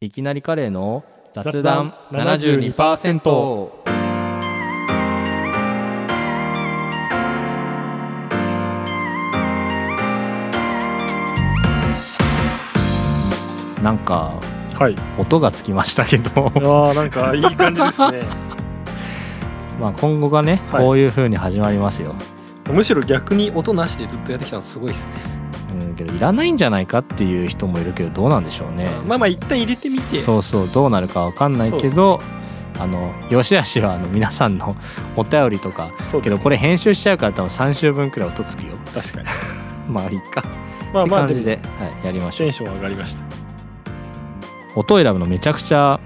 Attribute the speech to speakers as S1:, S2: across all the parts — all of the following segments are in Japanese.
S1: いきなりカレーの雑
S2: 雑
S1: 談
S2: 談
S1: 72%なんか
S2: はい
S1: 音がつきましたけど
S2: ああなんかいい感じですね
S1: まあ今後がね、
S2: はい
S1: こういう風に始まりますよ、
S2: むしろ逆に音なしでずっとやってきたのすごいですね
S1: うん、けどいらないんじゃないかっていう人もいるけどどうなんでしょうね、
S2: まあまあ一旦入れてみて
S1: そうそうどうなるかわかんないけどあのよしあしはあの皆さんのお便りとか
S2: そう
S1: けどこれ編集しちゃうから多分3週分くらい音つくよ
S2: 確かに
S1: まあいいか
S2: まあ
S1: って
S2: まあ
S1: 感
S2: で
S1: じ
S2: も
S1: で、はい、やりましょ
S2: テ
S1: う
S2: ンション上がりました
S1: 音選ぶのめちゃくちゃ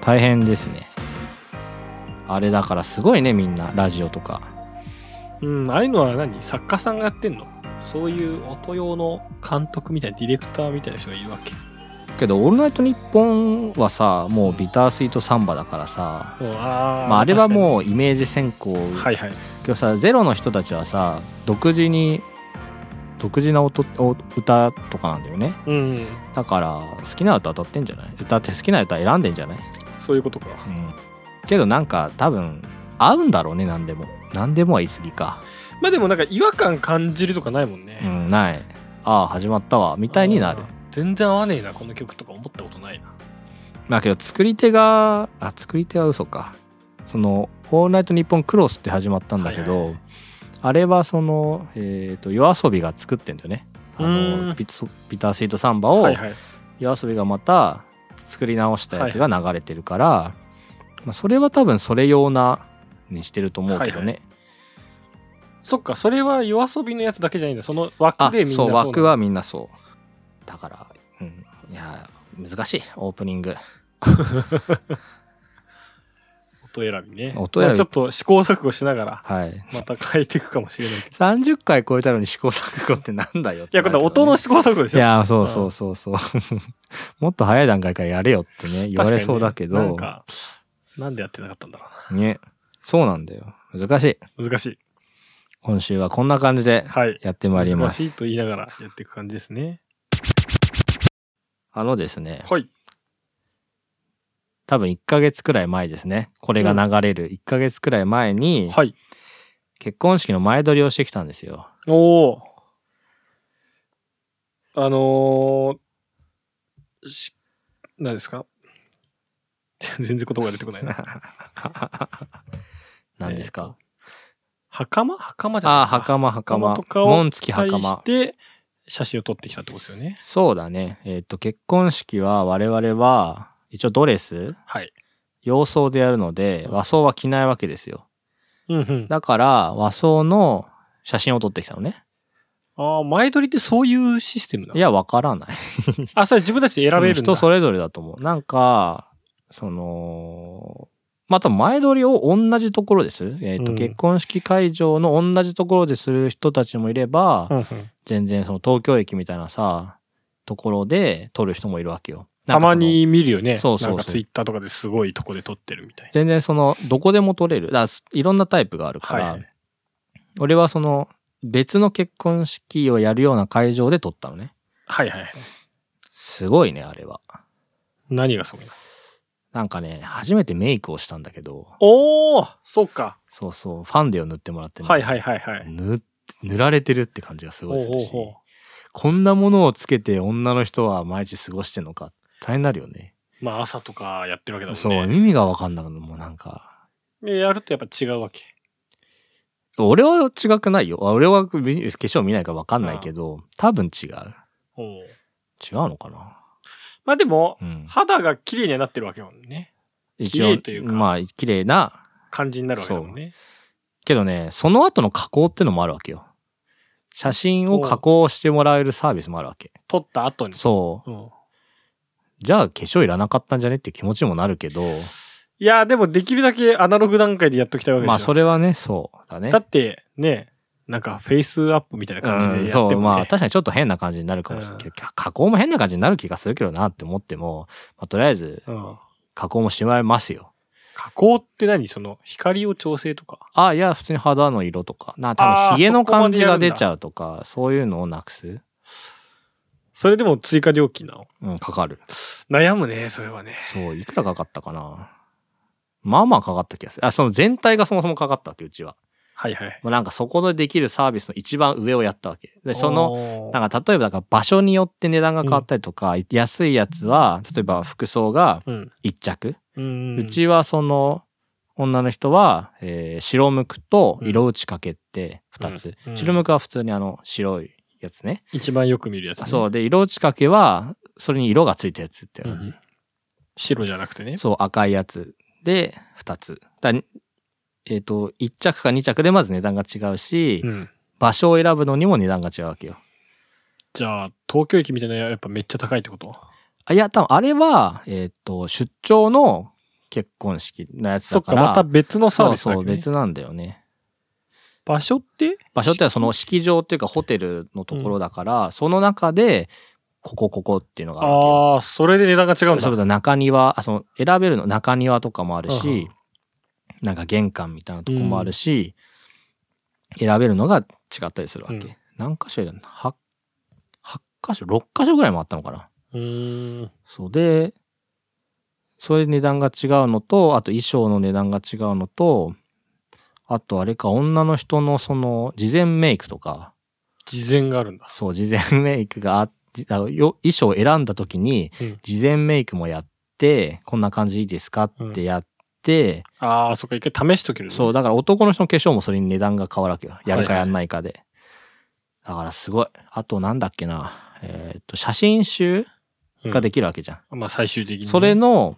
S1: 大変ですねあれだからすごいねみんなラジオとか
S2: うんああいうのは何作家さんがやってんのそういう音用の監督みたいなディレクターみたいな人がいるわけ
S1: けど「オールナイトニッポン」はさもうビタースイートサンバだからさ
S2: あ
S1: まあ、あれは
S2: う
S1: もうイメージ先行
S2: はいはい
S1: 今日さゼロの人たちはさ独自に独自な音お歌とかなんだよね
S2: うん
S1: だから好きな歌歌ってんじゃない歌って好きな歌選んでんじゃない、
S2: そういうことか
S1: うん、けどなんか多分合うんだろうね何でも何でもは言い過ぎか、
S2: まあでもなんか違和感感じるとかないもんね、
S1: うん、ないああ始まったわみたいになる
S2: あー全然合わねえなこの曲とか思ったことないな
S1: まあけど作り手があ作り手は嘘かその「オールナイトニッポンクロス」って始まったんだけど、
S2: はいはいは
S1: あれはその、えー、と夜遊びが作ってんだよねあ
S2: う
S1: の
S2: ん
S1: ビツビタースイートサンバを、
S2: はいはい
S1: 夜遊びがまた作り直したやつが流れてるから、まあ、それは多分それ用なにしてると思うけどね、
S2: そっかそれは夜遊びのやつだけじゃないんだその枠で
S1: あ
S2: みんな
S1: そう
S2: なの
S1: 枠はみんなそうだから、うん、いや難しいオープニング
S2: 音選びね。
S1: 音選び
S2: まあちょっと試行錯誤しながら、
S1: はい
S2: また変えていくかもしれ ないけど。
S1: 30回超えたのに試行錯誤ってなんだよっ
S2: い
S1: て
S2: や、
S1: なる
S2: これ
S1: けどね
S2: 音の試行錯誤でし
S1: い
S2: ょ。
S1: やそうそうそうそう もっと早い段階からやれよってね
S2: 確
S1: 言
S2: かにね、
S1: われそうだけ
S2: な
S1: ど
S2: んか、なんでやってなかったんだろ
S1: ねそうなんだよ難しいう
S2: な。難しい。
S1: 今週はこんな感じで
S2: はい。
S1: やってまいりま
S2: 難
S1: す、
S2: しいと言いながらやっていく感じですね。
S1: あのですね
S2: はい。
S1: 多分1ヶ月くらい前ですねこれが流れる1ヶ月くらい前に
S2: はい。
S1: 結婚式の前撮りをしてきたんですよ
S2: おお。あのー、し、何ですか 全然言葉が出てこな いな。
S1: 何ですか、
S2: 袴袴じゃない
S1: ああ袴袴
S2: 袴とかを
S1: 紋付き
S2: 対し
S1: 袴
S2: て、写真を撮ってきたってことですよね。
S1: そうだねえっ、と結婚式は我々は一応ドレス
S2: はい。
S1: 洋装でやるので和装は着ないわけですよ
S2: うんうん。
S1: だから和装の写真を撮ってきたのね
S2: ああ、前撮りってそういうシステムない
S1: やわからない
S2: あ、それ自分たちで選べるんだ。
S1: 人それぞれだと思うなんかそのまた前撮りを同じところです、えーと
S2: うん
S1: 結婚式会場の同じところでする人たちもいれば、
S2: うんうん
S1: 全然その東京駅みたいなさところで撮る人もいるわけよなんかそ
S2: た
S1: の
S2: まに見るよね。
S1: そうそうそう
S2: なんかツイッターとかですごいとこで撮ってるみたい
S1: 全然そのどこでも撮れるだからいろんなタイプがある
S2: な。
S1: から、
S2: はい。
S1: 俺はその別の結婚式をやるような会場で撮ったのね
S2: はいはいはい。
S1: すごいねあれは
S2: 何がすごいの
S1: なんかね初めてメイクをしたんだけど
S2: おーそうか。
S1: そうそうファンデを塗ってもらってね
S2: はいはいはいはい。
S1: 塗っ塗られてるって感じがすごいするし
S2: ほうほうほ
S1: こんなものをつけて女の人は毎日過ごしてんのか大変になるよね
S2: うまあ朝とかやってるわけだもんね。
S1: そう意味が分かんなくなるもうなんか
S2: でやるとやっぱ違うわけ。
S1: 俺は違くないよあ俺は化粧見ないから分かんないけど多分違う
S2: おー
S1: 違うのかな
S2: まあでも、
S1: うん
S2: 肌が綺麗にはなってるわけだもんね。
S1: 一応
S2: 綺麗というか
S1: まあ綺麗な
S2: 感じになるわけだもんね。
S1: けどねその後の加工ってのもあるわけよ写真を加工してもらえるサービスもあるわけ
S2: 撮った後に。
S1: そう
S2: うん。
S1: じゃあ化粧いらなかったんじゃねって気持ちにもなるけど、
S2: いや、でもできるだけアナログ段階でやっときたいわけでしょ。
S1: まあそれはね、そうだね。
S2: だってね、なんかフェイスアップみたいな感じ
S1: うん
S2: でや
S1: そ
S2: っ
S1: う、
S2: ても
S1: まあ
S2: ね。
S1: 確かにちょっと変な感じになるかもしれないけど、加工も変な感じになる気がするけどなって思っても、まあとりあえず
S2: うん
S1: 加工もしてもらいますよ。
S2: 加工って何その光を調整とか。
S1: あ、いや、普通に肌の色とか、な、多
S2: あ
S1: 分
S2: ー
S1: ヒゲの
S2: そこま
S1: 感
S2: で
S1: じ
S2: やる
S1: が
S2: んだ
S1: 出ちゃうとか、そういうのをなくす。
S2: それでも追加料金なの
S1: うん、かかる。
S2: 悩むね、それはね。
S1: そう、いくらかかったかな。まあまあかかった気がする。あ、その全体がそもそもかかったわけ、うちは。
S2: はいはい。
S1: もうなんかそこでできるサービスの一番上をやったわけ。で、その、
S2: の
S1: なんか例えばだから場所によって値段が変わったりとか、安いやつは、例えば服装が
S2: うん。
S1: 1着。
S2: うん。
S1: うちはその、女の人は、えー白無垢と色打ちかけって2つ。
S2: うんうん
S1: 白無垢は普通にあの白いやつね。
S2: 一番よく見るやつね、
S1: あそう。で、色打ちかけは、それに色がついたやつって
S2: う
S1: 感じ。
S2: ん。白じゃなくてね。
S1: そう、赤いやつで2つ。だからえっ、と、1着か2着でまず値段が違うし、
S2: うん。
S1: 場所を選ぶのにも値段が違うわけよ。
S2: じゃあ、東京駅みたいなのやっぱめっちゃ高いってこと
S1: あいや、多分あれは、えっ、と、出張の結婚式のやつだ
S2: そっ
S1: か
S2: か、
S1: ら。
S2: また別のサービス
S1: そ
S2: だ
S1: う
S2: け
S1: そう、
S2: どね
S1: 別なんだよね。
S2: 場所って
S1: 場所ってのはその式場っていうかホテルのところだから、その中で、ここ、ここっていうのがあるわけよ。
S2: ああ、それで値段が違う
S1: そうい
S2: んだ。
S1: うことは中庭、あ、その、選べるの中庭とかもあるし、
S2: うんうん
S1: なんか玄関みたいなとこもあるし、選べるのが違ったりするわけ。
S2: うん
S1: 何箇所選んだ ?8、8箇所 ?6 箇所ぐらいもあったのかな
S2: うーん。
S1: そうで、それ値段が違うのと、あと衣装の値段が違うのと、あとあれか、女の人のその、事前メイクとか、
S2: 事前があるんだ。
S1: そう、事前メイクがあじあよ衣装を選んだ時に
S2: うん、
S1: 事前メイクもやって、こんな感じでいいですかってやって、
S2: ああ、そっか、一回試しとける、
S1: そう、。だから男の人の化粧もそれに値段が変わるわけよ。やるか
S2: はいはい
S1: やんないかで。だからすごい。あとなんだっけな、えーっと、写真集
S2: うん
S1: ができるわけじゃん。
S2: まあ、最終的にね、
S1: それの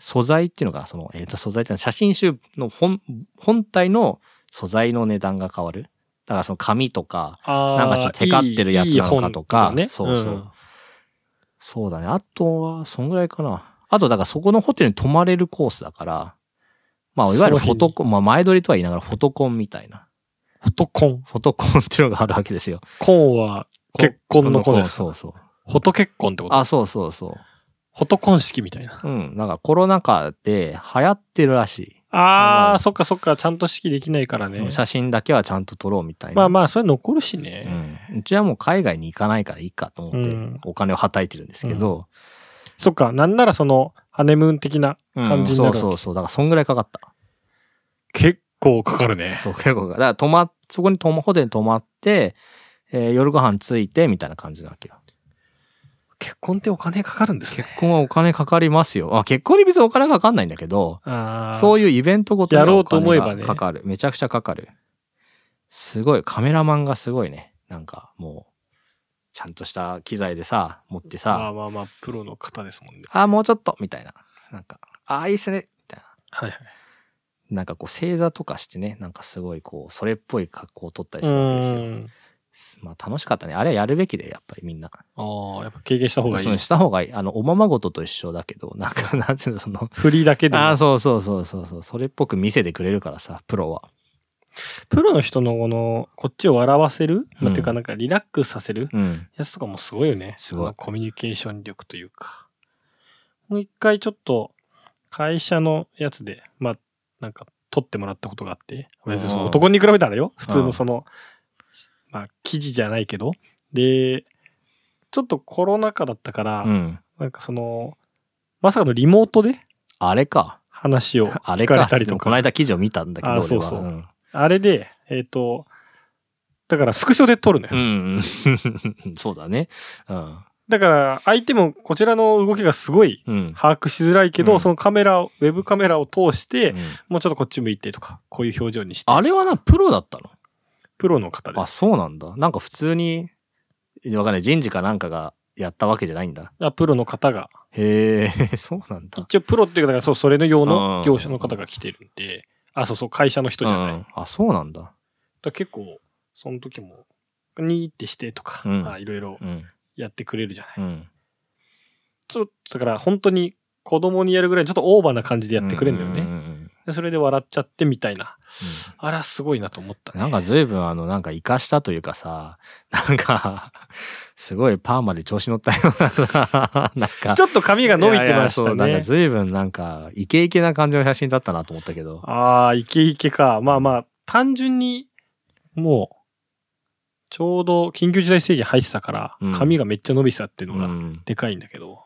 S1: 素材っていうのが、その、えっ、と、素材っていうのは写真集の本、本体の素材の値段が変わる。だからその紙とか、
S2: あー、
S1: なんかちょっとテカってるやつなのかとか
S2: いい本だね、
S1: そうそうそうだね。あとは、そんぐらいかな。あと、だからそこのホテルに泊まれるコースだから、まあ、いわゆるフ
S2: その日に
S1: ォトコン、まあ、前撮りとは言いながらフォトコンみたいな。
S2: フォトコン。
S1: フォトコンっていうのがあるわけ ですよ。
S2: コンは結婚のコンです
S1: そうそう。
S2: フォト結婚ってこと
S1: あ、そうそうそ
S2: フォト婚式みたいな。
S1: う。うん。だからコロナ禍で流行ってるらし
S2: あ
S1: あ
S2: あ、
S1: の
S2: そっかそっか、ちゃんと式できないから
S1: い。
S2: ね。
S1: 写真だけはちゃんと撮ろうみたいな。
S2: まあまあ、それ残るし
S1: う
S2: ね。
S1: んうちはもう海外に行かないからいいかと思っ
S2: う
S1: て
S2: ん
S1: お金をはたいてるんですけど、
S2: そっか、なんならその、ハネムーン的な感じに
S1: そ
S2: な
S1: う
S2: る。
S1: そうそうだからそんぐらいかかった
S2: 結構かかるね。
S1: そう結構かかだから泊まそこに泊まホテルに泊まって、えー夜ご飯ついてみたいな感じなわけよ
S2: 結婚ってお金かかるんですね。
S1: 結婚はお金かかりますよあ結婚に別にお金かかんないんだけど
S2: ああ。
S1: そういうイベントごとに
S2: やろう
S1: お
S2: と思
S1: 金
S2: えば
S1: が
S2: ね
S1: かかるめちゃくちゃかかるすごいカメラマンがすごいねなんかもうちゃんとした機材でさ持ってさ
S2: まあまあまあ、プロの方ですもんね。
S1: あーもうちょっとみたいな。なんか、ああ、いいっすねみたいな。
S2: はいはい。
S1: なんかこう、正座とかしてね、なんかすごいこう、それっぽい格好を取ったり
S2: う
S1: するわけですよ。
S2: ん。
S1: すまあ楽しかったね。あれはやるべきで、やっぱりみんな。
S2: ああ、やっぱ経験した方がいい
S1: そう。した方がいい。あの、おままごとと一緒だけど、なんか、 なんていうの、その、
S2: 振りだけでも
S1: ああ、そうそうそうそうそう、それっぽく見せてくれるからさ、プロは。
S2: プロの人のこの、こっちを笑わせる、
S1: うん
S2: まあ、ていうかなんかリラックスさせる
S1: うん。
S2: やつとかもすごいよね。
S1: すごい
S2: このコミュニケーション力というか。もう一回ちょっと、会社のやつで、まあ、なんか、撮ってもらったことがあって、別にその
S1: うん
S2: 男に比べたらよ、普通
S1: う
S2: の
S1: ん
S2: その、まあ、記事じゃないけど、で、ちょっとコロナ禍だったから、
S1: うん。
S2: なんかその、まさかのリモートで
S1: あれか。
S2: 話を
S1: あれ
S2: 聞か
S1: か。
S2: れたりと
S1: この
S2: か、あれ
S1: 間記事を見たんだけど、
S2: あー
S1: 俺は
S2: そうそ
S1: う
S2: う
S1: ん
S2: で、えっ、と、だからスクショで撮るのよ。
S1: うん。 そうだね。うん。
S2: だから、相手もこちらの動きがすごい
S1: うん。
S2: 把握しづらいけど、
S1: うん
S2: そのカメラを、ウェブカメラを通して、
S1: うん
S2: もうちょっとこっち向いてとか、こういう表情にして。
S1: あれはな、プロだったの
S2: プロの方で
S1: あ、
S2: す。
S1: そうなんだ。なんか普通に、わかんない。人事かなんかがやったわけじゃないんだ。
S2: あプロの方が。
S1: へえ、 そうなんだ。
S2: 一応プロっていうか、だからそう、それの用の
S1: うん
S2: 業者の方が来てるんで、あ、そうそう、会社の人じゃない。
S1: う
S2: だか
S1: んあ、そうなんだ。
S2: ら結構、その時も、にーってしてとか、
S1: うん
S2: あいろいろ
S1: うん。
S2: やってくれるじゃない。
S1: うん。
S2: ちょっと、だから本当に子供にやるぐらいちょっとオーバーな感じでやってくれるんだよね。
S1: ううんうん
S2: でそれで笑っちゃってみたいな。
S1: う
S2: あら、すごいなと思った
S1: ん
S2: ね。
S1: なんか随分あの、なんか活かしたというかさ、なんか、すごいパーマで調子乗ったようなさ、なんか。
S2: ちょっと髪が伸び
S1: い
S2: てましたね。
S1: やいやそうなんか随分なんか、イケイケな感じの写真だったなと思ったけど。
S2: ああ、イケイケか。まあまあ、単純に、もう、ちょうど緊急事態宣言入ってたから
S1: うん、
S2: 髪がめっちゃ伸びてたっていう
S1: う
S2: のが
S1: ん。
S2: でかいんだけど、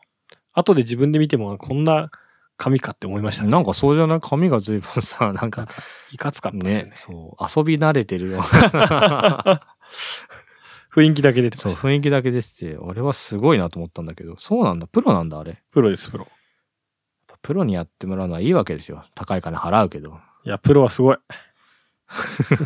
S2: 後で自分で見てもこんな髪かって思いましたね。
S1: なんかそうじゃない髪が随分さ、なん
S2: なん
S1: か
S2: か、いかつかったですよね
S1: ね、。そう、遊び慣れてるような。
S2: 雰囲気だけ出て
S1: そ
S2: ま
S1: う、
S2: した。
S1: 雰囲気だけ出てて、あれはすごいなと思ったんだけど、そうなんだ、プロなんだ、あれ。
S2: プロです、プロ。
S1: プロにやってもらうのはいいわけですよ。高い金払うけど。
S2: いや、プロはす ごい。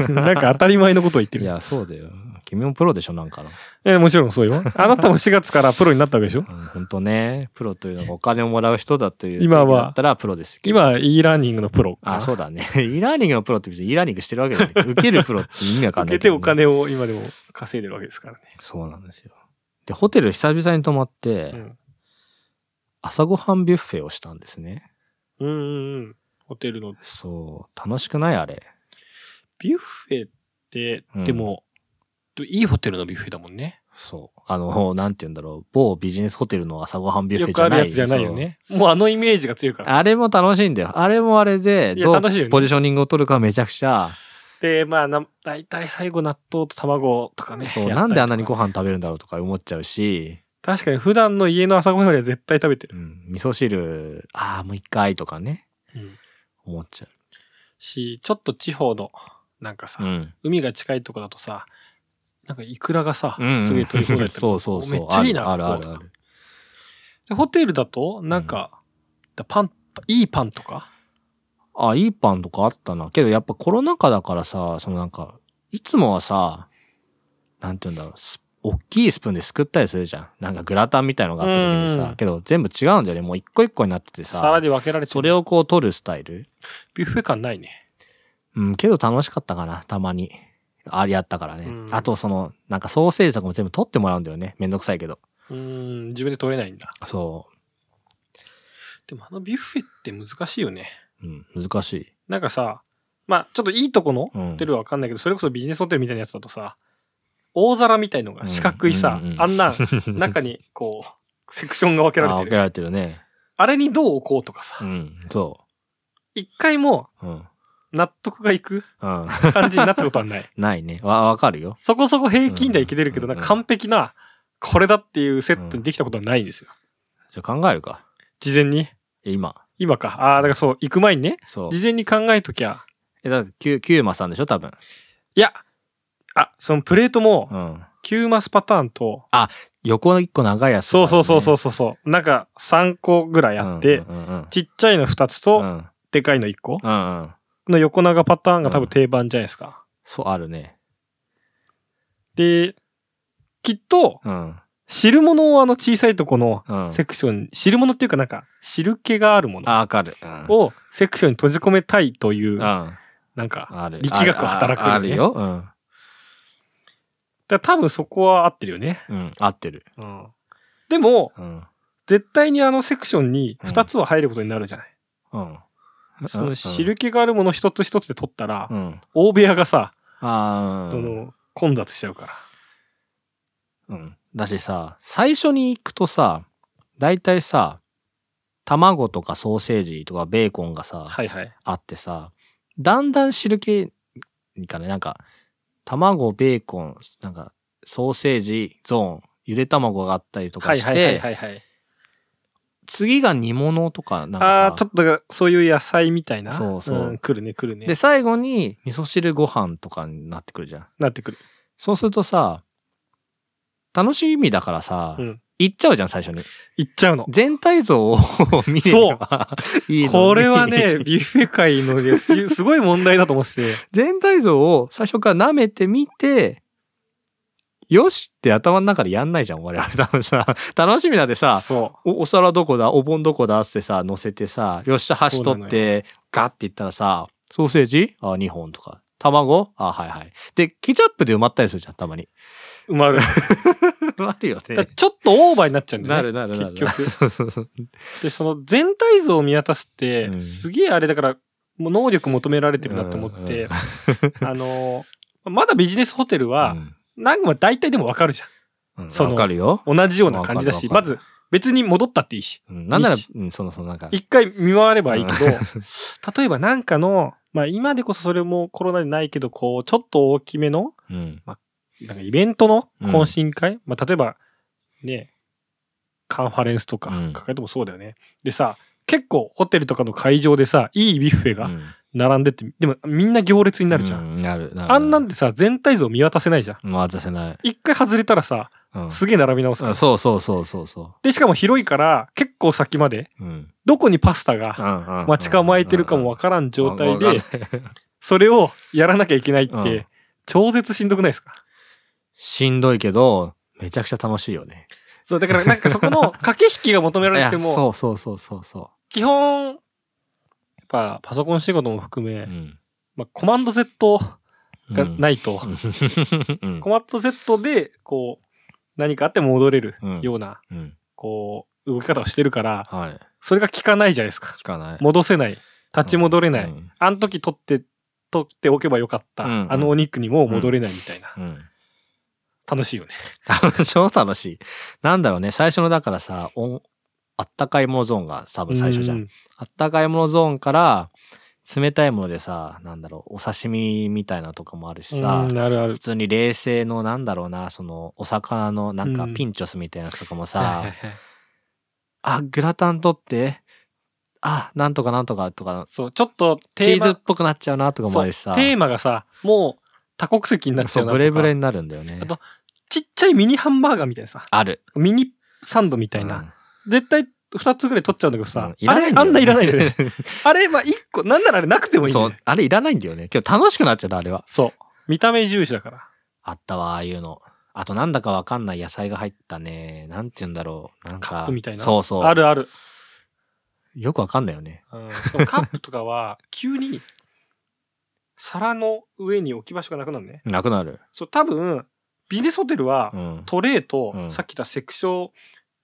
S2: なんか当たり前のことを言って
S1: い
S2: る。
S1: や、そうだよ。君もプロでしょ、なんかの。
S2: え、もちろんそうよ。あなたも4月からプロになったわけでしょ
S1: うん本当ね、プロというのがお金をもらう人だという。
S2: 今は
S1: だったらプロですけど。
S2: 今、e ラーニングのプロかな。
S1: あ、そうだね。e ラーニングのプロって別に e ラーニングしてるわけじゃない。受けるプロって意味わかん
S2: 受
S1: ない
S2: け
S1: け
S2: て
S1: どね、
S2: お金を今でも稼いでるわけですからね。
S1: そうなんですよ。で、ホテル久々に泊まって、朝ごはんビュッフェをしたんですね。
S2: うん。うんうんうん。ホテルの
S1: そう。楽しくないあれ。
S2: ビュッフェって、
S1: うん
S2: でも、でもいいホテルのビュッフェだもんね。
S1: そう。あの、なんて言うんだろう。某ビジネスホテルの朝ごはんビュッ
S2: よ
S1: フェ
S2: く
S1: じゃ
S2: あ
S1: な
S2: る
S1: い
S2: やつじゃないよね。もうあのイメージが強いか
S1: そう
S2: ら。
S1: あれも楽しいんだよ。あれもあれで、
S2: いや
S1: ど
S2: 楽しいよ
S1: う
S2: ね
S1: ポジショニングを取るかめちゃくちゃ、
S2: で、まあな、大体最後納豆と卵とかね。
S1: そう、
S2: やった
S1: な
S2: り
S1: ん
S2: とか
S1: であんなにご飯食べるんだろうとか思っちゃうし、
S2: 確かに普段の家の朝ごはんよりは絶対食べてる
S1: う。ん、味噌汁、ああ、もう一回とかね、
S2: うん
S1: 思っちゃ
S2: し、ちょっと地方の、なんかさ、
S1: う。うん。
S2: 海が近いとこだとさ、なんかイクラがさ、
S1: うんうん
S2: すげえ取り放題と
S1: そうそうそう。
S2: めっちゃいいな、
S1: あるある
S2: こ
S1: あ
S2: こと
S1: るあ
S2: か
S1: る。
S2: で、ホテルだと、なんか、だパン、いいパンとか
S1: あ、いいパンとかあったな。けどやっぱコロナ禍だからさ、そのなんか、いつもはさ、なんて言うんだろう、す大きいスプーンですくったりするじゃん。なんかグラタンみたいのがあった時に
S2: う
S1: さ
S2: ん、
S1: けど全部違うんだよね。もう一個一個になってて
S2: 皿
S1: さ、
S2: で分けられてる
S1: それをこう取るスタイル。
S2: ビュッフェ感ないね。
S1: うん、けど楽しかったかな、たまに。ありあったからね。
S2: うん
S1: あとその、なんかソーセージとかも全部取ってもらうんだよね。めんどくさいけど。
S2: うーん、自分で取れないんだ。
S1: そ
S2: でもあのビュッフェって難しいよね。
S1: う。うん、難しい。
S2: なんかさ、まあ、ちょっといいとこの
S1: うん
S2: ホテルはわかんないけど、それこそビジネスホテルみたいなやつだとさ、大皿みたいのが四角いさ、
S1: うんうんうん
S2: あんな、中にこう、セクションが分けら
S1: あ
S2: れ
S1: 分
S2: て
S1: け
S2: る。
S1: られてるね。
S2: あれにどう置こうとか
S1: う
S2: さ、
S1: ん、そ
S2: 一、回も
S1: う。うん。
S2: 納得がいく
S1: うん。
S2: 感じになったことはない。
S1: ないね。わ、わかるよ。
S2: そこそこ平均台いけてるけど、
S1: うんう
S2: なんんか完璧な、これだっていうセットにできたことはないんですよ。
S1: じゃあ考えるか。
S2: 事前に。
S1: 今。
S2: 今か。ああ、だからそう、行く前にね、
S1: そう。
S2: 事前に考えときゃ、
S1: え、だからキュ、キューマさんでしょ多分。
S2: いや、あ、そのプレートも
S1: う、ん。
S2: キューマスパターンと、
S1: 横の一個長いやつ、
S2: そうそうそうそうそうそう、なんか3個ぐらいあって、
S1: うんうんうん
S2: ちっちゃいの2つ
S1: うん。う
S2: と、
S1: ん。
S2: でかいの1個
S1: うんうん。
S2: の横長パターンが多
S1: うん
S2: 分定番じゃないですか。
S1: そう、あるね。
S2: で、きっと、
S1: うん。
S2: 汁物をあの小さいとこの
S1: うん。
S2: セクション、汁物っていうかなんか、汁気があるもの
S1: あ、わかる。うん。
S2: をセクションに閉じ込めたいという
S1: うん。、あ
S2: なんか、
S1: る。
S2: 力学働く
S1: あ
S2: よね
S1: あるよ。うん。
S2: だから多分そこは合ってるよね。
S1: うん、合ってる。
S2: うん。でも、
S1: うん。
S2: 絶対にあのセクションに2つは入ることになるじゃない。
S1: うん。
S2: その汁気があるもの一つ一つで取ったら
S1: う、ん。
S2: 大部屋がさ、
S1: ああ。
S2: その混雑しちゃうから。
S1: うん。だしさ、最初に行くとさ、大体さ、卵とかソーセージとかベーコンがさ、
S2: はいはい。
S1: あってさ、だんだん汁気にかね、なんか、卵、ベーコン、なんか、ソーセージ、ゾーン、ゆで卵があったりと
S2: は
S1: か
S2: い
S1: して、
S2: はいはいはいはい。
S1: 次が煮物とか、なん
S2: ああ
S1: か
S2: ー、ち
S1: さ
S2: ょ、っとだからそういう野菜みたいな。
S1: そうそうん
S2: 来るね来るね
S1: で、。最後に味噌汁ご飯とかになってくるじゃん。
S2: なってくる。
S1: そうするとさ、楽しみだからさ、
S2: うん。
S1: 行っちゃうじゃん、最初に。
S2: 行っちゃうの。
S1: 全体像を見ればいいのに
S2: これは、ね、ビュッフェ界のねす すごい問題だと思ってて。
S1: 全体像を最初から舐めてみて、よしって頭の中でやんないじゃん、我々多分さ。楽しみなんでさ、
S2: そ
S1: おお皿どこだお盆どこだってさ、乗せてさ、よっしゃ、箸取っ
S2: そう
S1: て、ガッていったらさ、ソーセージあ、2本とか。卵あ、はいはい。で、ケチャップで埋まったりするじゃん、たま に。
S2: う。埋まる。
S1: 埋まるよ
S2: だから
S1: ね。
S2: ちょっとオーバーになっちゃうんだ
S1: な
S2: よね。
S1: るなるなる。
S2: 結局
S1: そうそうそう。
S2: で、その全体像を見渡すって、
S1: うん
S2: すげえあれだから、もう能力求められてるなって思っ
S1: う
S2: て
S1: ん、
S2: あのー、まだビジネスホテルは、なんかまあ大体でもわかるじ
S1: うん、うん
S2: その
S1: わかるよ。
S2: ゃん。同じような感じだし、
S1: わ
S2: ま
S1: かるわ
S2: ず別に戻ったっていいし、
S1: うんなんなら
S2: いいし、
S1: うん、その、その、なんか、
S2: 一回見回ればいいけど、 例えばなんかの、まあ今でこそそれもコロナでないけど、こう、ちょっと大きめの
S1: うん。
S2: なんかイベントの
S1: うん
S2: 懇親会、まあ、例えば、ね、カンファレンスとか、
S1: うん
S2: 抱えてもそうだよね。でさ、結構ホテルとかの会場でさ、いいビュッフェ
S1: う
S2: が
S1: ん
S2: 並んでって、でもみんな行列になるじゃん。
S1: うなる、なる。
S2: あんなんでさ、全体像見渡せないじゃん。
S1: まあ渡せない。
S2: 一回外れたらさ、
S1: うん。
S2: すげえ並び直すから
S1: あそうそうそうそうそ
S2: で、しかも広いから、結構先まで、
S1: う。うん。
S2: どこにパスタが待ち構えてるかもわ
S1: か
S2: からん状態
S1: わ
S2: で、
S1: かんない
S2: それをやらなきゃいけないっ
S1: うん
S2: て、超絶しんどくないですか
S1: しんどいけど、めちゃくちゃ楽しいよね。
S2: そう、だからなんかそこの 駆け引きが求めら
S1: い
S2: れ
S1: や
S2: ても、
S1: そうそうそうそうそ
S2: 基本、やっぱパソコン仕事も含
S1: う。う
S2: め、
S1: ん。。
S2: まあ、コマンド Z がないいと、
S1: うん
S2: コマンド Z で、こう、何かあっても戻れる
S1: うん
S2: ような、
S1: うん。
S2: こう、動き方をしてるから、
S1: はい。
S2: それが効かないじゃないですか。
S1: 聞かない。
S2: 戻せない。立ち戻れない。
S1: うん
S2: あの時取って、取っておけばよかった。
S1: うん
S2: あのお肉にもう戻れないみたいな。
S1: うん。
S2: 楽しいよね。
S1: 超楽しい。なんだろうね、最初のだからさ、おあったかいものゾーンが多分最初じゃん。
S2: う。
S1: あったかいものゾーンから、冷たいものでさ、なんだろう、お刺身みたいなとかもあるしさ
S2: う、ん、あるある
S1: 普。通に冷製のなんだろうな、その、お魚のなんか
S2: うん
S1: ピンチョスみたいなやつとかも
S2: はいはい
S1: さ、
S2: はい
S1: あ、グラタン取って、あ、なんとかなんとかとか、
S2: そう、ちょっと
S1: チ
S2: テー
S1: ーズっ
S2: マ、
S1: ぽくなっちゃうなとかも
S2: そ
S1: あ
S2: う
S1: るしさ、
S2: テーマがさ、もう多国籍になっち
S1: そ
S2: ゃう
S1: う、
S2: な
S1: ブ
S2: とか
S1: レブレになるんだよね
S2: あ。とちっちゃいミニハンバーガーみたいなさ、
S1: ある。
S2: ミニサンドみたい
S1: うん
S2: な。。絶対2つぐらい取っちゃうんだけ
S1: う
S2: ど
S1: ん
S2: さ、
S1: い
S2: あ
S1: らな
S2: れ
S1: いんだ
S2: あ
S1: よね
S2: んないらないよ ね。あれ、まあ1個、なんならあれなくてもいいんだ
S1: そ
S2: よ
S1: う
S2: ね。、
S1: あれいらないんだよね。今日楽しくなっちゃうな、あれは。
S2: そう。見た目重視だから。
S1: あったわ、ああいうの。あとなんだかわかんない野菜が入ったね。なんて言うんだろう。なんか。
S2: カップみたいな
S1: そうそう。
S2: あるある。
S1: よくわかんないよね。
S2: うんしかもカップとかは、急に、皿の上に置き場所がなくなるね。
S1: なくなる。
S2: そう、多分、ビジネスホテルは
S1: う、ん。
S2: トレーと、
S1: うん
S2: さっき言ったセクショ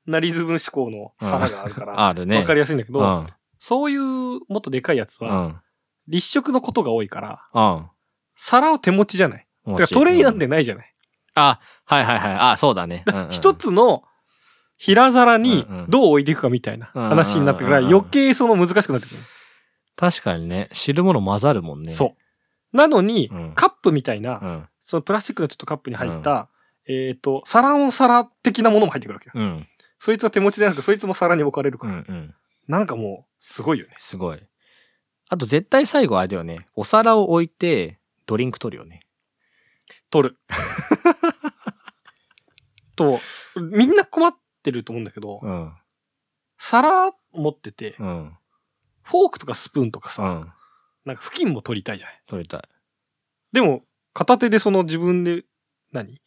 S2: ナリズム思考の皿があるから、わ、
S1: あるね。
S2: かり
S1: る
S2: やすいんだけど、
S1: うん。
S2: そういうもっとでかいやつ
S1: う
S2: は、
S1: ん。
S2: 立食のことが多いから、
S1: うん。
S2: 皿を手持ちじゃない。
S1: も
S2: だ
S1: う
S2: からトレイなんて
S1: う
S2: ないじゃない。
S1: あ、はいはいはい。あ、そうだね。うんうん
S2: 一、つの平皿に
S1: うんうん
S2: どう置いていくかみたいな
S1: うんうん
S2: 話になってくるから、
S1: うんうん
S2: 余計その難しくなってくる。
S1: 確かにね、汁物混ざるもんね。
S2: そう。なのに、
S1: うん
S2: カップみたいな、
S1: うん。
S2: そのプラスチックのちょっとカップに入った、えっ、と、皿の皿的なものも入ってくるわけよ。
S1: うん。
S2: そいつは手持ちでなく、そいつも皿に置かれる
S1: う
S2: か
S1: ん
S2: ら。
S1: うん。
S2: なんかもう、すごいよね。
S1: すごい。あと絶対最後あれだよね。お皿を置いて、ドリンク取るよね。
S2: 取る。 と、みんな困ってると思うんだけど、
S1: うん。
S2: 皿持ってて、
S1: うん。
S2: フォークとかスプーンとか
S1: う
S2: さ、
S1: ん。
S2: なんか布巾も取りたいじゃない。
S1: 取りたい。
S2: でも、片手でその自分で、何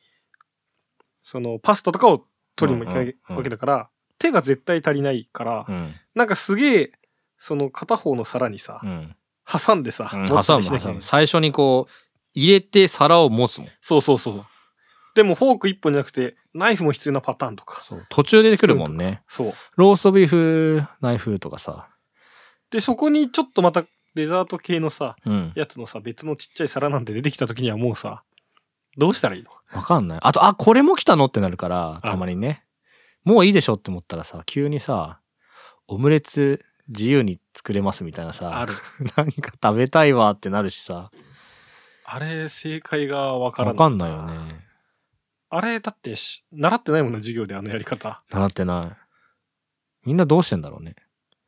S2: そのパスタとかを取りにもいけな
S1: うんう
S2: い
S1: んうん
S2: わけだから、手が絶対足りないから
S1: う、ん。
S2: なんかすげえ、その片方の皿にさ
S1: う、ん。
S2: 挟んでさ、
S1: うん
S2: 持った
S1: 挟
S2: り
S1: む
S2: しなき
S1: 挟
S2: ゃいけない
S1: む。最初にこう、入れて皿を持つもん。
S2: そうそうそう。でもフォーク一本じゃなくて、ナイフも必要なパターンとか。
S1: 途中で出てくるもんね。
S2: そう。
S1: ローストビーフ、ナイフとかさ。
S2: で、そこにちょっとまたデザート系のさ、
S1: うん。
S2: やつのさ、別のちっちゃい皿なんて出てきた時にはもうさ、どうしたらいいの
S1: わかんない。あと、あ、これも来たのってなるから、
S2: あ
S1: たまにね。もういいでしょって思ったらさ、急にさ、オムレツ自由に作れますみたいな
S2: あ
S1: さ、
S2: る。
S1: なんか食べたいわってなるしさ、
S2: あれ、正解がわから
S1: わ
S2: ん
S1: かんないよ。ね。
S2: あれ、だってし、習ってないもんな、授業であのやり方。
S1: 習ってない。みんなどうしてんだろうね。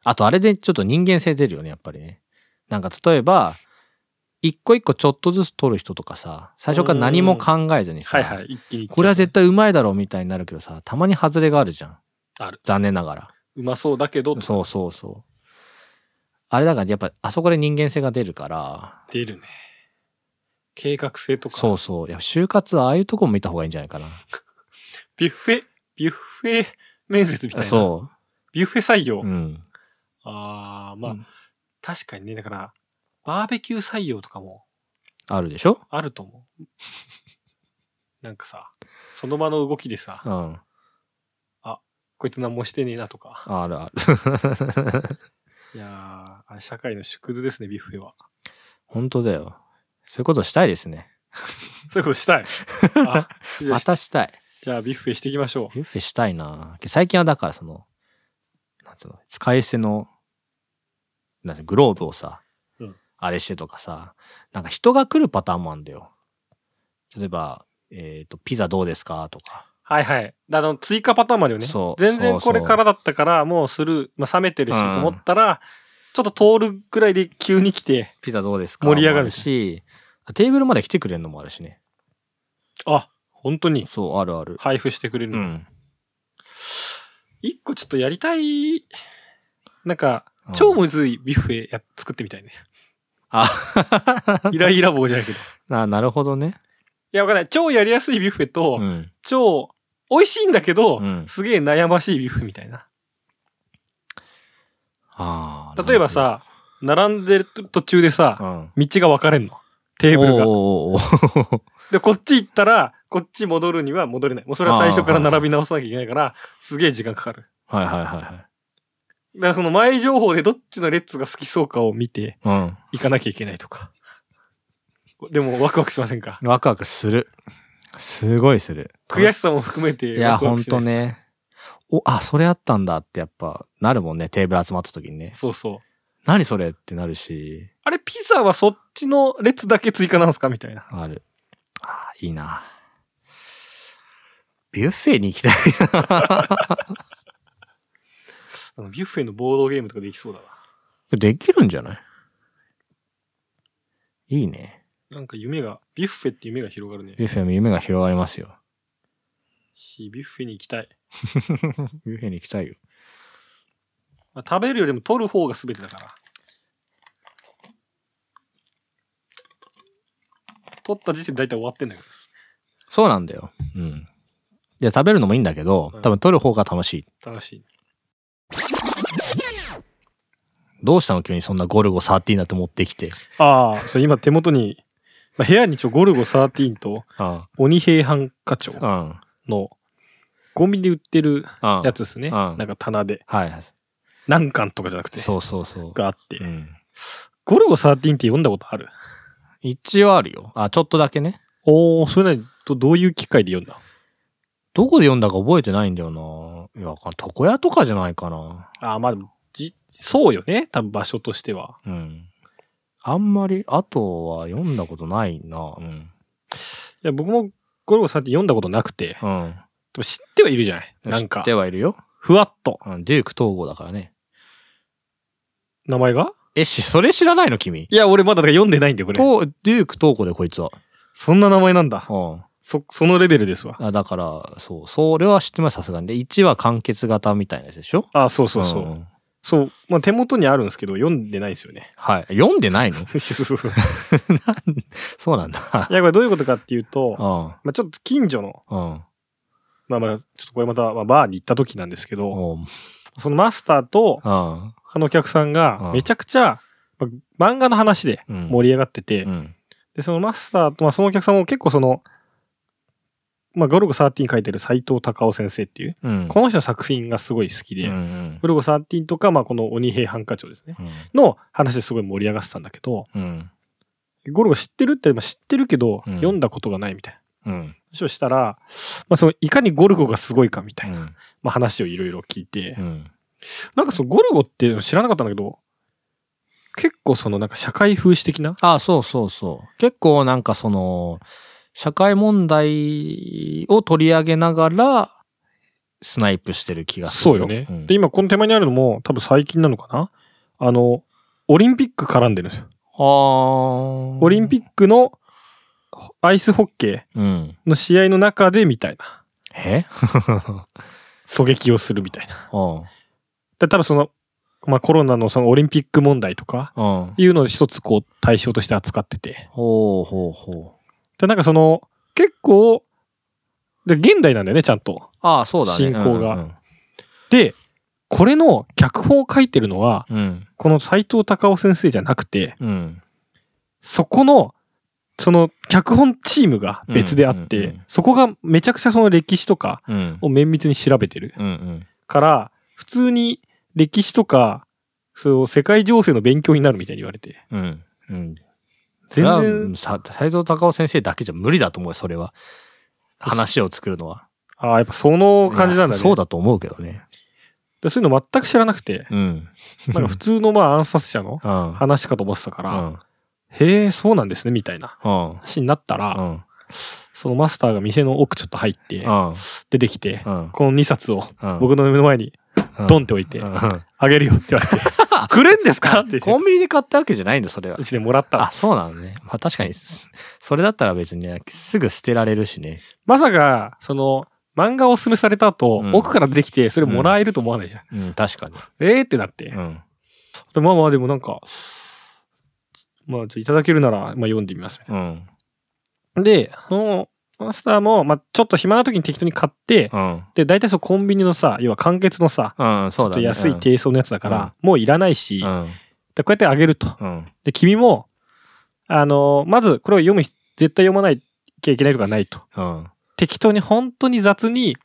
S1: あと、あれでちょっと人間性出るよね、やっぱりね。なんか、例えば、一個一個ちょっとずつ取る人とかさ、最初から何も考えずにさ、
S2: はいはい、一気にいっちゃう
S1: これは絶対うまいだろうみたいになるけどさ、たまに外れがあるじゃん。
S2: ある。
S1: 残念ながら。
S2: うまそうだけど、
S1: そうそうそう。あれだから、やっぱ、あそこで人間性が出るから、
S2: 出るね。計画性とか。
S1: そうそう。いや、就活はああいうとこも見た方がいいんじゃないかな。
S2: ビュッフェ、ビュッフェ面接みたいな。
S1: そ
S2: ビュッフェ採用。
S1: う。うん。
S2: ああ、まあ、
S1: うん
S2: 確かにね、だから、バーベキュー採用とかも
S1: あるでしょ
S2: あると思う。 なんかさ、その場の動きでさ
S1: う、ん。
S2: こいつ何もしてねえなとか。
S1: あるある。
S2: いやーあれ、社会の縮図ですね、ビュッフ ェは。
S1: 本当だよ。そういうことしたいですね。
S2: そういうことしたい。あじゃあ、
S1: またしたい。
S2: じゃあビュッフェしていきましょう。
S1: ビュッフェしたいな最近はだからその、なんていうの、使い捨ての、なんていうのグローブをさ、
S2: うん
S1: あれしてとかさ、なんか人が来るパターンもあんだよ。例えば、えっ、と、ピザどうですかとか。
S2: はいはい。あの、追加パターンもあるよね。
S1: そう
S2: 全然これ
S1: そうそう
S2: からだったから、もうスルー、まあ、冷めてるし、
S1: うん
S2: と思ったら、ちょっと通るぐらいで急に来て、
S1: ピザどうですか
S2: 盛り上がる
S1: もあし、テーブルまで来てくれるのもあるしね。
S2: あ、本当に
S1: そう、あるある。
S2: 配布してくれる
S1: う
S2: の。
S1: ん。
S2: 一、個ちょっとやりたい、なんか
S1: うん、
S2: 超むずいビュッフェや作ってみたいね。
S1: あ、
S2: イライラ棒じゃないけど。い
S1: な、なるほどね。
S2: や、わかんない。超やりやすいビュッフェと、
S1: うん。
S2: 超美味しいんだけど、
S1: うん
S2: すげえ悩ましいビュッフェみたいな。
S1: ああ。
S2: 例えばさ、並んでる途中でさ、
S1: なるほど、うん。
S2: 道が分かれんの。テーブルが。
S1: おーおーおー
S2: で、こっち行ったら、こっち戻るには戻れない。もうそれは最初から並び直さなきゃいけないから、すげえ時間かかる。
S1: はいはいは
S2: だからその前情報でどっちのレッツが好きそうかを見て、
S1: いはい。
S2: 行かなきゃいけないとか。でもワクワクしませんか
S1: うん。ワクワクする。すごいする。
S2: 悔しさも含めて
S1: いや、
S2: ワク
S1: ほ
S2: ワク
S1: ん
S2: しな
S1: と
S2: いですか。
S1: ね。お、あ、それあったんだってやっぱ、なるもんね。テーブル集まった時にね。
S2: そうそう。
S1: 何それってなるし、
S2: あれ、ピザはそっちの列だけ追加なんすかみたいな。
S1: ある。あーいいな。ビュッフェに行きたい。
S2: あのビュッフェのボードゲームとかできそうだわ。
S1: できるんじゃないいいね。
S2: なんか夢が、ビュッフェって夢が広がるね。
S1: ビュッフェも夢が広がりますよ。
S2: し、ビュッフェに行きたい。
S1: ビュッフェに行きたいよ。
S2: まあ、食べるよりも取る方が全てだから。取った時点で大体終わってんだけど。
S1: そうなんだよ。うん。で、食べるのもいいんだけど、多分取る方が楽しい。
S2: 楽しい。
S1: どうしたの急にそんなゴルゴ13だって持ってきて。
S2: ああ、それ今手元に、まあ、部屋にちょゴルゴ13と
S1: うん。
S2: 鬼平犯科帳
S1: うん。
S2: のコンビニで売ってる
S1: うん。
S2: やつですね。
S1: うん
S2: なんか棚で。
S1: はい。
S2: 何巻とかじゃなくて。
S1: そうそうそう。
S2: があって。
S1: うん。
S2: ゴルゴ13って読んだことある
S1: 一応あるよ。あ、ちょっとだけね。
S2: おおそれ何どどういう機会で読んだ
S1: どこで読んだか覚えてないんだよな。いや、わかん床屋とかじゃないかな。
S2: ああ、まあでも、じ、そうよね。多分場所としては。
S1: うん。あんまり、あとは読んだことないな。うん。
S2: いや、僕もゴルゴ13って読んだことなくて、で
S1: うん。
S2: も知ってはいるじゃないなん
S1: 知
S2: か
S1: って、はいるよ。
S2: ふわっと。
S1: うんデューク統合だからね。
S2: 名前が
S1: え、し、それ知らないの君。
S2: いや、俺まだだから読んでないんだよ、これ。
S1: と、デューク統合でこいつは。
S2: そんな名前なんだ。
S1: うん。
S2: そ、そのレベルですわ。
S1: あだから、そう、それは知ってます、さすがに。で、1は完結型みたいなやつでしょ
S2: ああ、そうそうそう。
S1: ん
S2: そう。まあ、手元にあるんですけど、読んでないですよね。
S1: はい。読んでないの
S2: そうそうそう
S1: そうなんだ。
S2: いや、これどういうことかっていう
S1: う
S2: と、
S1: ん。
S2: まあ、ちょっと近所の、
S1: うん。
S2: まあまあ、ちょっとこれまた、まあ、バーに行った時なんですけど、
S1: おう
S2: そのマスターと
S1: うん。
S2: 他のお客さん
S1: うん
S2: が、めちゃくちゃ、まあ漫画の話で
S1: うん
S2: 盛り上がってて、
S1: うん。
S2: で、そのマスターと、まあ、そのお客さんも結構その、まあ、ゴルゴ13書いてる斎藤隆夫先生っていう、
S1: うん。
S2: この人の作品がすごい好きで、
S1: うんうん
S2: ゴルゴ13とか、まあ、この鬼平犯科帳ですね、
S1: うん
S2: の話ですごい盛り上がってたんだけど、
S1: うん。
S2: ゴルゴ知ってるって、まあ、知ってるけど、
S1: うん
S2: 読んだことがないみたいな
S1: うん。
S2: 話をしたら、まあ、その、いかにゴルゴがすごいかみたいな、
S1: うん
S2: まあ、話をいろいろ聞いて、
S1: うん。
S2: なんかそのゴルゴっていうの知らなかったんだけど、結構そのなんか社会風刺的な
S1: あ、そうそうそう。結構なんかその、社会問題を取り上げながら、スナイプしてる気がす
S2: そう
S1: る
S2: よね、
S1: ん
S2: で、今この手前にあるのも多分最近なのかなあの、オリンピック絡んでるんですよ。
S1: あー
S2: オリンピックのほアイスホッケ
S1: うん。
S2: ーの試合の中でみたいな。
S1: え
S2: 狙撃をするみたいな。
S1: うん。
S2: で、多分その、まあコロナのそのオリンピック問題とか
S1: うん。
S2: いうのを一つこう対象として扱ってて。
S1: ほうほうほう。
S2: で、なんかその、結構、で、現代なんだよね、ちゃんと。
S1: ああ、そうだね。
S2: 進行が
S1: うん
S2: で、これの脚本を書いてるのは、
S1: うん。
S2: この斎藤隆夫先生じゃなくて、
S1: うん。うん
S2: そこの、その脚本チームが別であって、
S1: うんうんうん
S2: そこがめちゃくちゃその歴史とか
S1: うん。
S2: を綿密に調べてる
S1: うんうん。
S2: から、普通に歴史とか、そう、世界情勢の勉強になるみたいに言われて。
S1: うん。うん。そ
S2: 全
S1: れは
S2: 然、
S1: さ、斎藤隆夫先生だけじゃ無理だと思うよ、それは。話を作るのは。
S2: ああ、やっぱその感じなんだ
S1: いや
S2: ね。
S1: そうだと思うけどね。
S2: でそういうの全く知らなくて、
S1: うん。
S2: なんか普通のまあ暗殺者の
S1: うん。
S2: 話かと思ってたから、
S1: うん。
S2: へえ、そうなんですね、みたいな
S1: うん。
S2: 話になったら、
S1: うん。
S2: そのマスターが店の奥ちょっと入って、
S1: うん。
S2: 出てきて、
S1: うん。
S2: この2冊を
S1: うん
S2: 僕の目の前に
S1: うん
S2: ドンって置いて
S1: う、ん
S2: あげるよって言われて、
S1: くれんですか
S2: あって
S1: コンビニで買ったわけじゃないんだ、それは
S2: う。ちでもらった
S1: あ、
S2: わ。
S1: そうなのね。まあ確かに、それだったら別にね、すぐ捨てられるしね。
S2: まさか、その、漫画をおすすめされた後、
S1: うん
S2: 奥から出てきて、それもらえると思わないじゃん。
S1: うん、確かに。
S2: えーってなって。
S1: うん。
S2: でまあまあ、でもなんか、まあ、じゃあいただけるなら、まあ読んでみます。
S1: うん。
S2: で、その、マスターも、まあ、ちょっと暇な時に適当に買って、
S1: うん。
S2: で、大体そうコンビニのさ、要は完結のさ、
S1: うん、そうだね。
S2: 安い低層のやつだから、もういらないし、
S1: う
S2: で
S1: ん。
S2: こうやってあげると。
S1: うん。
S2: で、君も、あのまずこれを読む、絶対読まないきゃいけないとかないと。
S1: うん。
S2: 適当に本当に雑に、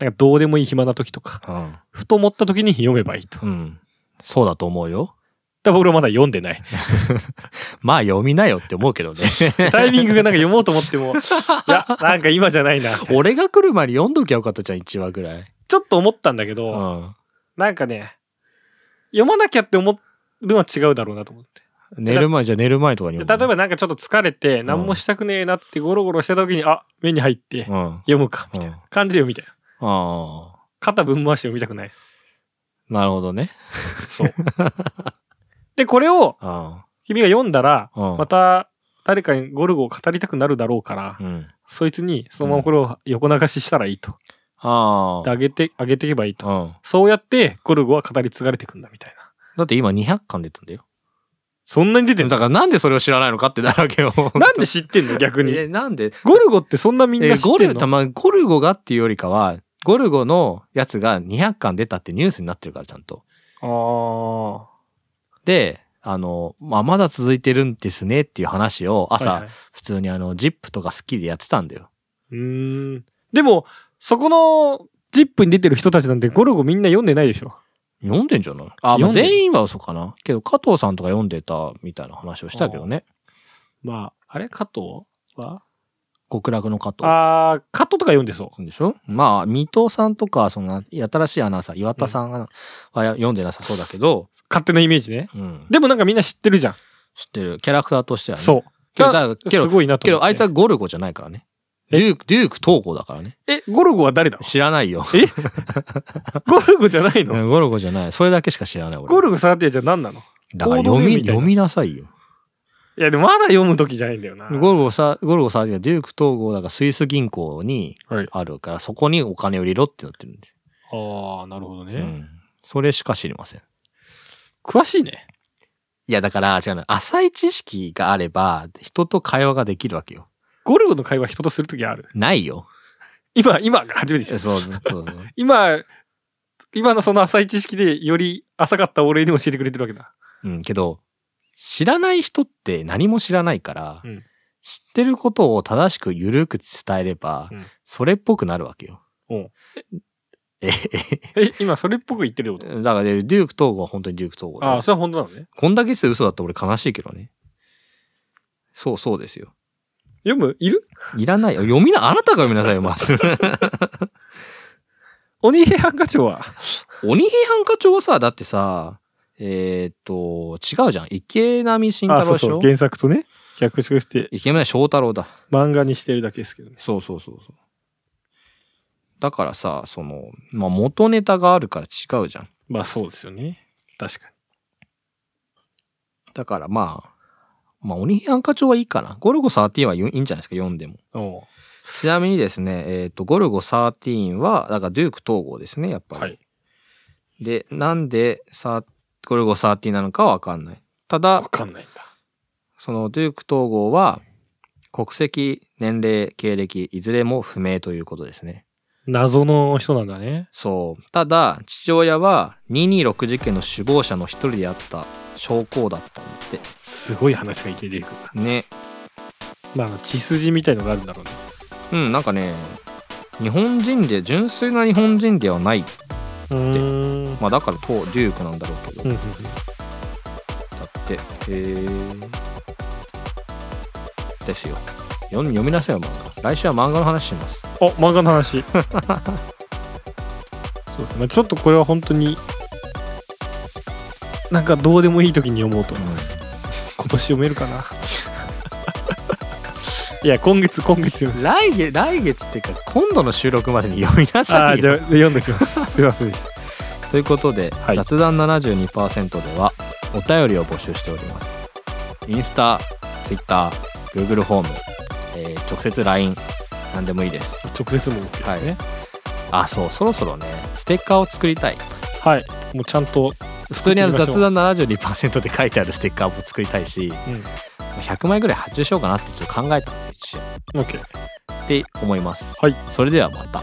S2: なんかどうでもいい暇な時とか、
S1: うん。
S2: ふと思った時に読めばいいと。だか
S1: うん。そうだと思うよ。
S2: ら僕らまだ読ん でない。
S1: まあ読みなよって思うけど ね。
S2: タイミングがなんか読もうと思っ ても、いや、なんか今じゃないな。みたいな
S1: 俺が来る前に読んどきゃよかったじゃん、1話ぐらい。
S2: ちょっと思ったんだけど、
S1: うん。
S2: なんかね、読まなきゃって思うのは違うだろうなと思って。
S1: 寝る前、じゃあ寝る前とかに
S2: 例え
S1: 読む。
S2: ばなんかちょっと疲れて、何もしたくねえなってゴロゴロした時に、あ、目に入って、
S1: ば、うん。
S2: 読むか、み
S1: う
S2: たい
S1: ん
S2: な。。感じで読みたいな。
S1: ああ。
S2: 肩ぶん回して読みたくない。
S1: なるほどね。
S2: で、これを
S1: あ
S2: 君が読んだら、
S1: あ。うん。
S2: また誰かにゴルゴを語りたくなるだろうから、
S1: うん。
S2: そいつにそのままこれを横流ししたらいいと。
S1: あ
S2: で、あげて、あげていけばいいと。
S1: あ。うん。
S2: そうやってゴルゴは語り継がれていくんだ、みたいな。
S1: だって今200巻出たんだよ。
S2: そんなに出
S1: で
S2: てん
S1: も
S2: の
S1: だからなんでそれを知らないのかってだらけよ。
S2: なんで知ってんの逆 に。
S1: え、なんで
S2: ゴルゴってそんなみん
S1: え
S2: な知っ
S1: ゴ
S2: て
S1: ル
S2: ん
S1: た
S2: の
S1: ま、ゴルゴがっていうよりかは、ゴルゴのやつが200巻出たってニュースになってるから、ちゃんと。
S2: あ
S1: で、あの、まあ、まだ続いてるんですねっていう話を
S2: あ。
S1: 朝、
S2: はいはいう
S1: 普通にあの、ジップとかスッキリでやってたんだよ。
S2: ーん。でも、そこの、ジップに出てる人たちなんてゴルゴみんな読んでないでしょ。
S1: 読んでんじゃないあ、まあ、
S2: 読んでる
S1: 全員は嘘かな。けど、加藤さんとか読んでたみたいな話をしたけどね。
S2: まあ、あれ加藤は
S1: 極楽の加藤。
S2: ああ、カットとか読んでそ
S1: でしょまあ、水戸さんとか、その、新しいアナウンサー、岩田さんが、は読んでなさそうだけど、
S2: う。勝手なイメージね。
S1: うん。
S2: でもなんかみんな知ってるじゃん。
S1: 知ってる。キャラクターとしてはね。
S2: そう。
S1: けど、
S2: だ
S1: だけど
S2: す、ごいなと
S1: け
S2: 思って。
S1: ど、あいつはゴルゴじゃないからね。
S2: え
S1: デューク、デューク東郷だからね。
S2: え、ゴルゴは誰だ
S1: 知らないよ。
S2: ゴルゴじゃないの
S1: ゴルゴじゃない。それだけしか知らない、俺。
S2: ゴルゴサーティアじゃ何なの
S1: だから
S2: コード
S1: 読み、
S2: ネームみたいな
S1: 読みなさいよ。
S2: いや、でもまだ読む時じゃないんだよな。
S1: ゴルゴさ、ゴルゴさ、デューク東郷だからスイス銀行に
S2: はい
S1: あるから、そこにお金を入れろってなってるんです。
S2: ああ、なるほどね、
S1: うん。それしか知りません。
S2: 詳しいね。
S1: いや、だから、違うの。浅い知識があれば、人と会話ができるわけよ。
S2: ゴルゴの会話人とする時ある。
S1: ないよ。
S2: 今、今が初めて知
S1: そう
S2: る。
S1: そうそう。
S2: 今、今のその浅い知識でより浅かった俺に教えてくれてるわけ だ。
S1: うん、けど、知らない人って何も知らないから、
S2: うん
S1: 知ってることを正しくゆるく伝えれば、
S2: うん
S1: それっぽくなるわけよ。
S2: おう
S1: え、
S2: え、今それっぽく言ってるよ
S1: だ。からね、デューク統合は本当にデューク統合
S2: あ
S1: だ
S2: あ、
S1: よ。
S2: それは本当なのね。
S1: こんだけして嘘だったら俺悲しいけどね。そうそうですよ。
S2: 読むいる
S1: いらないよ。読みな、あなたが読みなさいよ、まず。
S2: 鬼平犯科長は。
S1: 鬼批判課長はさ、だってさ、えーっと、違うじゃん。池波慎太郎でしょ
S2: 原作とね、逆作して
S1: 池波翔太郎だ。
S2: 漫画にしてるだけですけどね。
S1: そうそうそうそう。だからさ、その、まあ、元ネタがあるから違うじゃん。
S2: まあそうですよね。確かに。
S1: だからまあ、まあ、鬼批判課長はいいかな。ゴルゴ13はいいんじゃないですか、読んでも。
S2: お
S1: ちなみにですね、えっ、と、ゴルゴ13は、だからデューク統合ですね、やっぱり。
S2: はい。
S1: で、なんでさ、ゴルゴ13なのかはわかんない。た
S2: わ
S1: だ、
S2: かんないんだ。
S1: そのデューク統合は、国籍、年齢、経歴、いずれも不明ということですね。
S2: 謎の人なんだね。
S1: そう。ただ、父親は226事件の首謀者の一人であった将校だったんだって。
S2: すごい話がいきなり出てくるな。
S1: ね。
S2: まああの、血筋みたいのがあるんだろうね。
S1: うん、なんかね、日本人で、純粋な日本人ではない。
S2: うーん。
S1: まあだから、とデュークなんだろうけど、
S2: うん
S1: だ
S2: う
S1: っ
S2: ん
S1: て。へー。ですよ。読み読みなさいよ、漫画。来週は漫画の話します。
S2: あ漫画の話 そうですね、まあ、ちょっとこれは本当になんかどうで もいい時に読もうと思います今年読めるかないや、今月、今月読む。
S1: 来月、来月っていうか、今度の収録までに読みな
S2: あ
S1: さ
S2: あ、
S1: い
S2: じゃ
S1: よ。
S2: あ、読んできます。すいませんでした。
S1: ということで、
S2: はい
S1: 雑談72%では、お便りを募集しております。インスタ、ツイッター、Google フォーム、えー直接 LINE、なんでもいいです。
S2: 直接も OK ですね。
S1: あ、そう、そろそろね、ステッカーを作りたい。
S2: はい。もうちゃんと、
S1: 普通にあの
S2: 作りまし
S1: 雑
S2: ょ
S1: 談72%で書いてあるステッカーも作りたいし、100枚ぐらい発注しようかなってちょっと考えたんで、一瞬。
S2: うん。
S1: っ
S2: OK。
S1: て思います。
S2: はい。
S1: それではまた。